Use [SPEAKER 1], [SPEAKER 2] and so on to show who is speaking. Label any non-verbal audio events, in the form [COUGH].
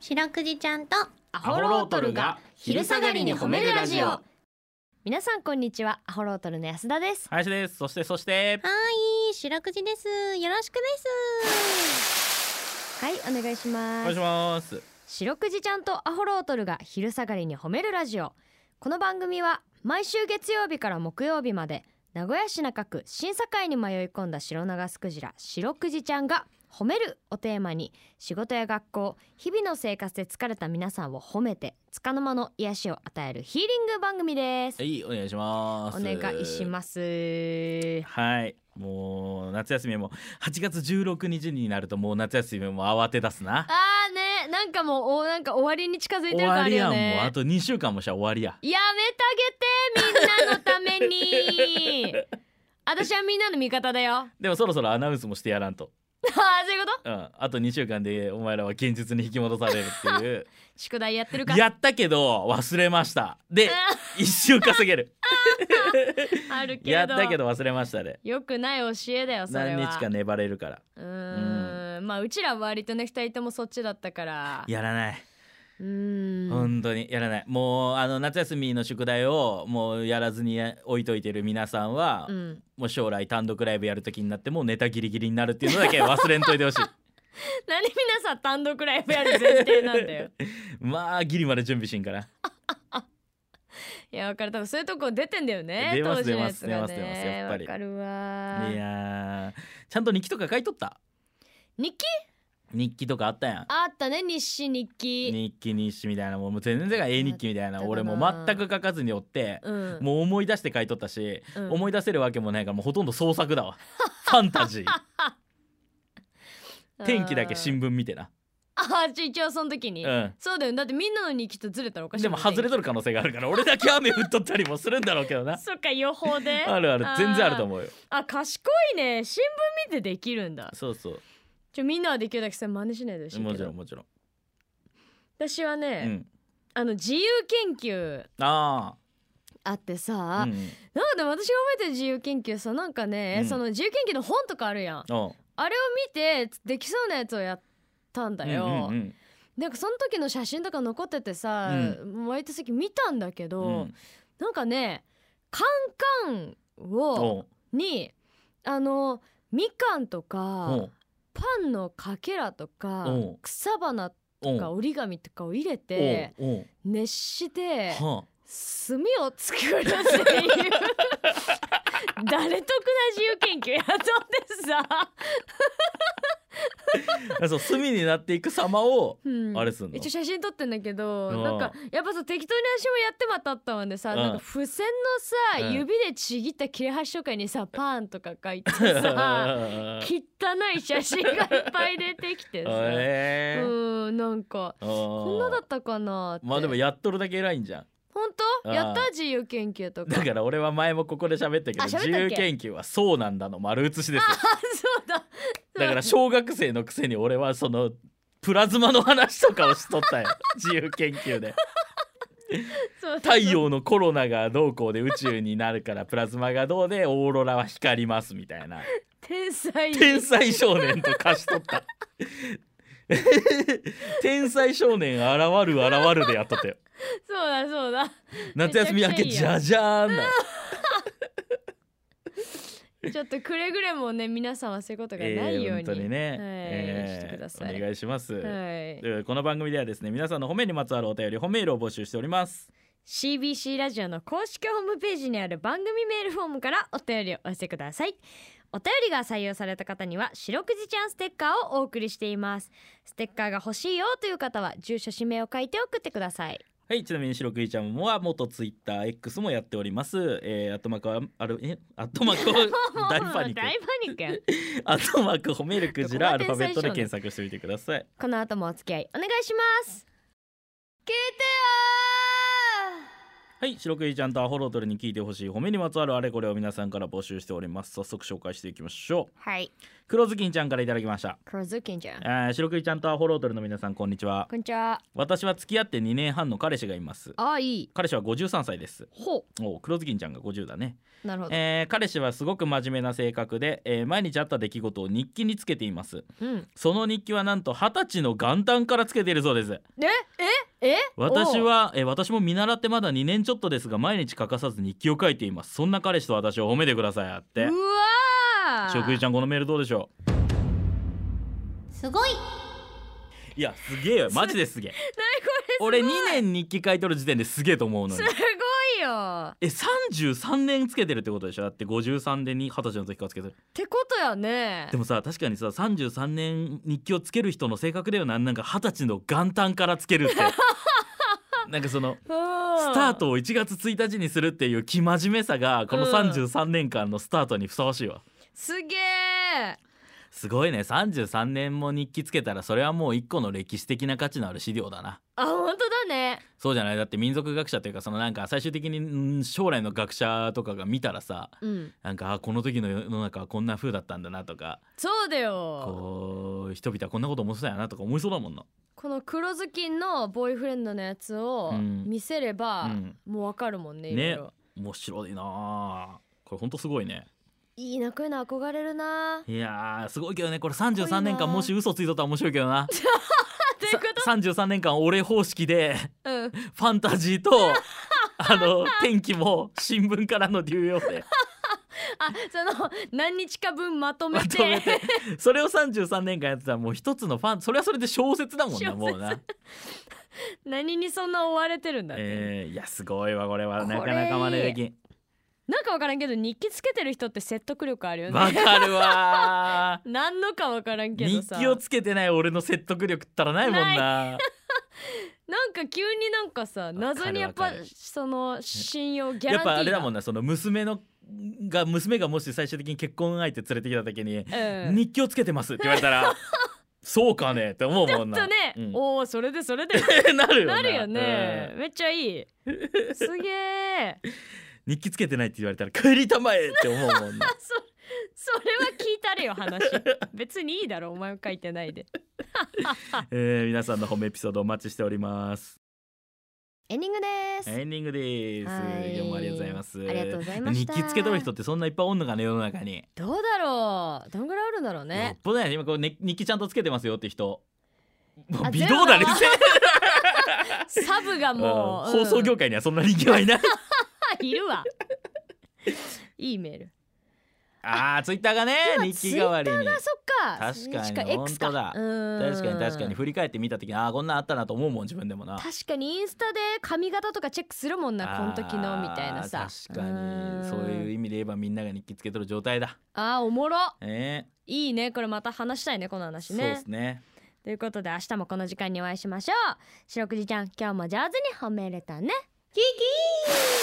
[SPEAKER 1] 白くじちゃんと
[SPEAKER 2] ア
[SPEAKER 3] ホロートルが昼下がりに褒めるラジオ
[SPEAKER 2] 皆さんこんにちはアホロートルの安田です
[SPEAKER 3] 林ですそしてそして
[SPEAKER 1] はい白くじですよろしくです
[SPEAKER 2] はいお願いし
[SPEAKER 3] お
[SPEAKER 2] ます
[SPEAKER 3] ます
[SPEAKER 2] 白くじちゃんとアホロートルが昼下がりに褒めるラジオこの番組は毎週月曜日から木曜日まで名古屋市中区審査会に迷い込んだ白長スクジラ白くじちゃんが褒めるをテーマに仕事や学校日々の生活で疲れた皆さんを褒めて束の間の癒しを与えるヒーリング番組です
[SPEAKER 3] はいお願いします
[SPEAKER 2] お願いします
[SPEAKER 3] はいもう夏休みも8月16日になるともう夏休みも慌て出すな
[SPEAKER 2] あーねなんかもうおなんか終わりに近づいて
[SPEAKER 3] 終
[SPEAKER 2] る感
[SPEAKER 3] わ
[SPEAKER 2] ある
[SPEAKER 3] りや
[SPEAKER 2] よ
[SPEAKER 3] んもう
[SPEAKER 2] ね
[SPEAKER 3] あと2週間もしたら終わりや
[SPEAKER 2] やめてあげてみんなのため [LAUGHS] に私はみんなの味方だよ [LAUGHS] あ
[SPEAKER 3] でもそろそろアナウンスもしてやらんと
[SPEAKER 2] ーそういうこと
[SPEAKER 3] うんあと2週間でお前らは現実に引き戻されるって
[SPEAKER 2] [LAUGHS]
[SPEAKER 3] いう
[SPEAKER 2] 宿題やってるか
[SPEAKER 3] やったけど忘れましたで1週稼げる
[SPEAKER 2] [LAUGHS] あ [LAUGHS] るけど
[SPEAKER 3] やったけど忘れましたで
[SPEAKER 2] よくない教えだよそれは
[SPEAKER 3] 何日か粘れるから
[SPEAKER 2] うーんまあうちらは割とね二人ともそっちだったから
[SPEAKER 3] やらないう
[SPEAKER 2] ーん
[SPEAKER 3] 本当にやらないもうあの夏休みの宿題をもうやらずにや置いといてる皆さんは、
[SPEAKER 2] うん
[SPEAKER 3] もう将来単独ライブやる時になってもうネタギリギリになるっていうのだけ忘れんとい
[SPEAKER 2] [LAUGHS]
[SPEAKER 3] てほしい
[SPEAKER 2] 何皆さん単独ライブやる前提なんだ [LAUGHS] よ
[SPEAKER 3] [LAUGHS] まあギリまで準備しんから
[SPEAKER 2] いや分かる多分そういうとこ出てんだよね
[SPEAKER 3] 出ます
[SPEAKER 2] 当時のやつがね
[SPEAKER 3] 出ます出ますやっぱり
[SPEAKER 2] わかるわ
[SPEAKER 3] いやーちゃんと日記とか書いとった
[SPEAKER 2] 日記
[SPEAKER 3] 日記とかあったやん
[SPEAKER 2] あったね日誌日記、
[SPEAKER 3] 日記日誌みたいなもんもう全然が絵日記みたい
[SPEAKER 2] あった
[SPEAKER 3] な
[SPEAKER 2] かな
[SPEAKER 3] 俺もう全く書かずにおって、
[SPEAKER 2] うん、
[SPEAKER 3] もう思い出して書いとったし、
[SPEAKER 2] うん
[SPEAKER 3] 思い出せるわけもないからもうほとんど創作だわファンタ
[SPEAKER 2] [LAUGHS]
[SPEAKER 3] ジー天気だけ新聞見てな
[SPEAKER 2] ああ一応その時に、
[SPEAKER 3] うん
[SPEAKER 2] そうだよだってみんなの日記とずれたらおかしい
[SPEAKER 3] でも外れ
[SPEAKER 2] る
[SPEAKER 3] とる可能性があるから俺 [LAUGHS] だけ雨降っとったりもするんだろうけどな
[SPEAKER 2] そっか予報で
[SPEAKER 3] あるある全然あると
[SPEAKER 2] う
[SPEAKER 3] 思うよ
[SPEAKER 2] あ賢いね新聞見てできるんだ
[SPEAKER 3] そうそう
[SPEAKER 2] ちょみんなはできるだけそれ真似しないでほしいけど
[SPEAKER 3] もちろんもちろん、
[SPEAKER 2] 私はね、
[SPEAKER 3] うん、
[SPEAKER 2] あの自由研究
[SPEAKER 3] あ
[SPEAKER 2] あって
[SPEAKER 3] あ
[SPEAKER 2] さ、
[SPEAKER 3] うんうん
[SPEAKER 2] なんかでも私が覚えてる自由研究さなんかね、
[SPEAKER 3] うん
[SPEAKER 2] その自由研究の本とかあるやん
[SPEAKER 3] おう
[SPEAKER 2] あれを見てできそうなやつをやったんだよ、
[SPEAKER 3] うんうん
[SPEAKER 2] なんかその時の写真とか残っててさ、
[SPEAKER 3] う
[SPEAKER 2] 割と席見たんだけど、
[SPEAKER 3] うんうん
[SPEAKER 2] なんかねカンカンを
[SPEAKER 3] おう
[SPEAKER 2] にあのみかんと
[SPEAKER 3] お
[SPEAKER 2] か
[SPEAKER 3] う
[SPEAKER 2] パンのかけらとか
[SPEAKER 3] おう
[SPEAKER 2] 草花
[SPEAKER 3] お
[SPEAKER 2] と
[SPEAKER 3] う
[SPEAKER 2] か折り紙とかを入れ
[SPEAKER 3] お
[SPEAKER 2] て
[SPEAKER 3] うおう
[SPEAKER 2] 熱して
[SPEAKER 3] は
[SPEAKER 2] 炭を作
[SPEAKER 3] [LAUGHS]
[SPEAKER 2] るっていう誰得な自由研究やっとってさ、
[SPEAKER 3] あそう隅になっていく様を
[SPEAKER 2] うん
[SPEAKER 3] あれすんの
[SPEAKER 2] 一応写真撮ってんだけど
[SPEAKER 3] うん
[SPEAKER 2] なんかやっぱさ適当に私もやってまたあったわんでさ
[SPEAKER 3] うん
[SPEAKER 2] なんか付箋の
[SPEAKER 3] う
[SPEAKER 2] さ
[SPEAKER 3] ん
[SPEAKER 2] 指でちぎった切れ端とかにさパンとか書いて
[SPEAKER 3] [LAUGHS]
[SPEAKER 2] さ
[SPEAKER 3] あ
[SPEAKER 2] 汚い写真がいっぱい出てき
[SPEAKER 3] [LAUGHS]
[SPEAKER 2] てさう
[SPEAKER 3] えー
[SPEAKER 2] んなんか
[SPEAKER 3] あ
[SPEAKER 2] こんなだ
[SPEAKER 3] ー
[SPEAKER 2] ったかなって
[SPEAKER 3] まあでもやっとるだけ偉いんじゃん
[SPEAKER 2] 本当
[SPEAKER 3] うん
[SPEAKER 2] やった自由研究とか [LAUGHS]
[SPEAKER 3] だから俺は前もここで喋ったけど
[SPEAKER 2] あ喋ったっ
[SPEAKER 3] 自
[SPEAKER 2] け
[SPEAKER 3] 由研究はそうなんだの丸写しですよ
[SPEAKER 2] あそうだ
[SPEAKER 3] だから小学生のくせに俺はそのプラズマの話とかをしとったよ
[SPEAKER 2] [LAUGHS]
[SPEAKER 3] 自由研究で
[SPEAKER 2] そうだ
[SPEAKER 3] 太陽のコロナがどうこうで宇宙になるからプラズマがどうでオーロラは光りますみたいな
[SPEAKER 2] 天才
[SPEAKER 3] 天才少年と貸しとった [LAUGHS] 天才少年現る現るでやっとったよ
[SPEAKER 2] そうだそうだ
[SPEAKER 3] 夏休み明け
[SPEAKER 2] めち
[SPEAKER 3] じ
[SPEAKER 2] ゃ
[SPEAKER 3] ゃじゃーんだ
[SPEAKER 2] ちょっとくれぐれもね皆さんはそういうことがないように、
[SPEAKER 3] えー本当にね、え
[SPEAKER 2] はい、して
[SPEAKER 3] ー
[SPEAKER 2] ください
[SPEAKER 3] お願いします、
[SPEAKER 2] はい
[SPEAKER 3] えーこの番組ではですね皆さんの褒めにまつわるお便り褒めールを募集しております
[SPEAKER 2] CBC ラジオの公式ホームページにある番組メールフォームからお便りをお寄せくださいお便りが採用された方には白くじちゃんステッカーをお送りしていますステッカーが欲しいよという方は住所氏名を書いて送ってください
[SPEAKER 3] はい、ちなみに白くいちゃんもは元ツイッター X もやっております。えー、アットマークはあるえアットマーク大パニック。
[SPEAKER 2] 大パニックや
[SPEAKER 3] [LAUGHS] アットマーク褒めるクジラア
[SPEAKER 2] ど
[SPEAKER 3] ル
[SPEAKER 2] こ
[SPEAKER 3] フ
[SPEAKER 2] が
[SPEAKER 3] ァベ
[SPEAKER 2] 天才
[SPEAKER 3] ットで
[SPEAKER 2] 少年
[SPEAKER 3] 検索してみてください。
[SPEAKER 2] この後もお付き合いお願いします聞いてよ
[SPEAKER 3] はい白クイちゃんとアホロートルに聞いてほしい褒めにまつわるあれこれを皆さんから募集しております早速紹介していきましょう
[SPEAKER 2] はい
[SPEAKER 3] 黒ずきんちゃんからいただきました
[SPEAKER 2] 黒ずきんじゃんこ
[SPEAKER 3] えー白クイちゃんとアホロートルの皆さんこんにちは
[SPEAKER 2] んにちは
[SPEAKER 3] 私は付き合って2年半の彼氏がいます
[SPEAKER 2] ああいい
[SPEAKER 3] 彼氏は53歳です
[SPEAKER 2] ほ
[SPEAKER 3] お黒ずきんちゃんが50だね、
[SPEAKER 2] うなるほど、
[SPEAKER 3] えー彼氏はすごく真面目な性格で、えー毎日あった出来事を日記につけています
[SPEAKER 2] うん
[SPEAKER 3] その日記はなんと二十歳の元旦からつけているそうです
[SPEAKER 2] えええ
[SPEAKER 3] 私
[SPEAKER 2] おう
[SPEAKER 3] はえー私も見習ってまだ2年ちょっとですが毎日欠かさず日記を書いていますそんな彼氏と私を褒めてくださいあって
[SPEAKER 2] うわー
[SPEAKER 3] 食事ちゃんこのメールどうでしょ
[SPEAKER 1] すごいう
[SPEAKER 3] いやすげえよマジですげえ俺2年日記書いとる時点ですげえと思うの
[SPEAKER 2] す
[SPEAKER 3] に
[SPEAKER 2] ごいよっ
[SPEAKER 3] え33年つけてるってことでしょだって53でに二十歳の時からつけてる
[SPEAKER 2] てことやね
[SPEAKER 3] でもさ確かにさ33年日記をつける人の性格だよななんか二十歳の元旦から
[SPEAKER 2] [LAUGHS]
[SPEAKER 3] つけるってなんかその
[SPEAKER 2] スタ
[SPEAKER 3] スタートを1月1日にするっていう生真面目さがこの
[SPEAKER 2] うん
[SPEAKER 3] 33年間のスタートにふさわしいわ
[SPEAKER 2] すげえ
[SPEAKER 3] すごいね33年も日記つけたらそれはもう一個の歴史的な価値のある資料だな
[SPEAKER 2] あ本当だね
[SPEAKER 3] そうじゃないだって民族学者というかそのなんか最終的にうん将来の学者とかが見たらさ
[SPEAKER 2] うん
[SPEAKER 3] なんかあこの時の世の中はこんな風だったんだなとか
[SPEAKER 2] そうだよ
[SPEAKER 3] こう人々はこんなこと思ってたんやなとか思いそうだもんな、
[SPEAKER 2] この黒ずきんのボーイフレンドのやつを
[SPEAKER 3] うん
[SPEAKER 2] 見せれば、
[SPEAKER 3] うん、
[SPEAKER 2] もうわかるもんね
[SPEAKER 3] ね
[SPEAKER 2] いろいろ
[SPEAKER 3] 面白いなあこれほんとすごいね
[SPEAKER 2] いいなこういうの憧れるない
[SPEAKER 3] やーすごいけどねこれ33年間もし嘘ついとったら面白いけ [LAUGHS] どな
[SPEAKER 2] ということ
[SPEAKER 3] さ33年間俺方式で [LAUGHS]
[SPEAKER 2] うん
[SPEAKER 3] ファンタジー [LAUGHS] とあの天気も新聞からの流用 [LAUGHS] で
[SPEAKER 2] あその何日か分まとめ
[SPEAKER 3] ま
[SPEAKER 2] て
[SPEAKER 3] とめてそれを33年間やってたらもう一つのファンそれはそれで小説だもん
[SPEAKER 2] 小
[SPEAKER 3] な
[SPEAKER 2] 説
[SPEAKER 3] もうな、
[SPEAKER 2] [LAUGHS] 何にそんな追われてるんだって、
[SPEAKER 3] えーいやすごいわこれは
[SPEAKER 2] これ
[SPEAKER 3] なかなか真似できん
[SPEAKER 2] なんかわからんけど日記つけてる人って説得力あるよ
[SPEAKER 3] わ
[SPEAKER 2] ね
[SPEAKER 3] かるわ
[SPEAKER 2] [LAUGHS] 何のかわからんけど
[SPEAKER 3] 日
[SPEAKER 2] さ
[SPEAKER 3] 記を [LAUGHS] つけてない俺の説得力ったらないもんな
[SPEAKER 2] なんか急になんかさ
[SPEAKER 3] かる
[SPEAKER 2] 謎にやっ
[SPEAKER 3] わ
[SPEAKER 2] ぱ
[SPEAKER 3] かる
[SPEAKER 2] その信用ギャラ
[SPEAKER 3] やっ
[SPEAKER 2] ンティー
[SPEAKER 3] ぱあれだもん
[SPEAKER 2] ね、
[SPEAKER 3] なその娘のが娘がもし最終的に結婚相手連れてきた時に
[SPEAKER 2] うん、
[SPEAKER 3] 日記をつけてますって言われ
[SPEAKER 2] [LAUGHS]
[SPEAKER 3] たらそうかねって思うもんな
[SPEAKER 2] ちょっとね、
[SPEAKER 3] うん
[SPEAKER 2] おおそれでそれで
[SPEAKER 3] [LAUGHS] なるよな
[SPEAKER 2] なるよね、めっちゃいいすげえ
[SPEAKER 3] うん日記つけてないって言われたら帰りたまえって思うも
[SPEAKER 2] [LAUGHS]
[SPEAKER 3] んな
[SPEAKER 2] そそれは聞いたれよ
[SPEAKER 3] [LAUGHS]
[SPEAKER 2] 話別にいいだろお前も書いてないで
[SPEAKER 3] えー、皆さんの褒めエピソードお待ちしております
[SPEAKER 2] エンディングです、
[SPEAKER 3] エンディングです
[SPEAKER 2] はい
[SPEAKER 3] どうもありがとうございます
[SPEAKER 2] ありがとうございました
[SPEAKER 3] 日記つけとる人ってそんないっぱいおんのかね世の中に、
[SPEAKER 2] どうだろうどんぐらいあるんだろう
[SPEAKER 3] よっ
[SPEAKER 2] ね
[SPEAKER 3] ぽどやね今こう、ね、日記ちゃんとつけてますよって人も
[SPEAKER 2] あ
[SPEAKER 3] う微動だね
[SPEAKER 2] ゼサブが
[SPEAKER 3] うん
[SPEAKER 2] もう、
[SPEAKER 3] 放送業界にはそんな人気はいない
[SPEAKER 2] 界いる
[SPEAKER 3] [LAUGHS]
[SPEAKER 2] わいいメール
[SPEAKER 3] あーツイッターがね
[SPEAKER 2] 今
[SPEAKER 3] 日記代わりに
[SPEAKER 2] あそっか
[SPEAKER 3] 確かに
[SPEAKER 2] そっち X か
[SPEAKER 3] 本当だ
[SPEAKER 2] うん
[SPEAKER 3] 確かに確かに振り返ってみた時にああこんなんあったなと思うもん自分でもな
[SPEAKER 2] 確かにインスタで髪型とかチェックするもんなこの時のみたいな
[SPEAKER 3] あ
[SPEAKER 2] さ
[SPEAKER 3] ー確かにそういう
[SPEAKER 2] う
[SPEAKER 3] 意味で言えばみんなが日記つけとる状態だ
[SPEAKER 2] あーおもろ
[SPEAKER 3] ええ
[SPEAKER 2] いいねこれまた話したいねこの話
[SPEAKER 3] そうで
[SPEAKER 2] ね
[SPEAKER 3] すね
[SPEAKER 2] ということで明日もこの時間にお会いしましょう白くじちゃん今日も上手に褒めれたねキキー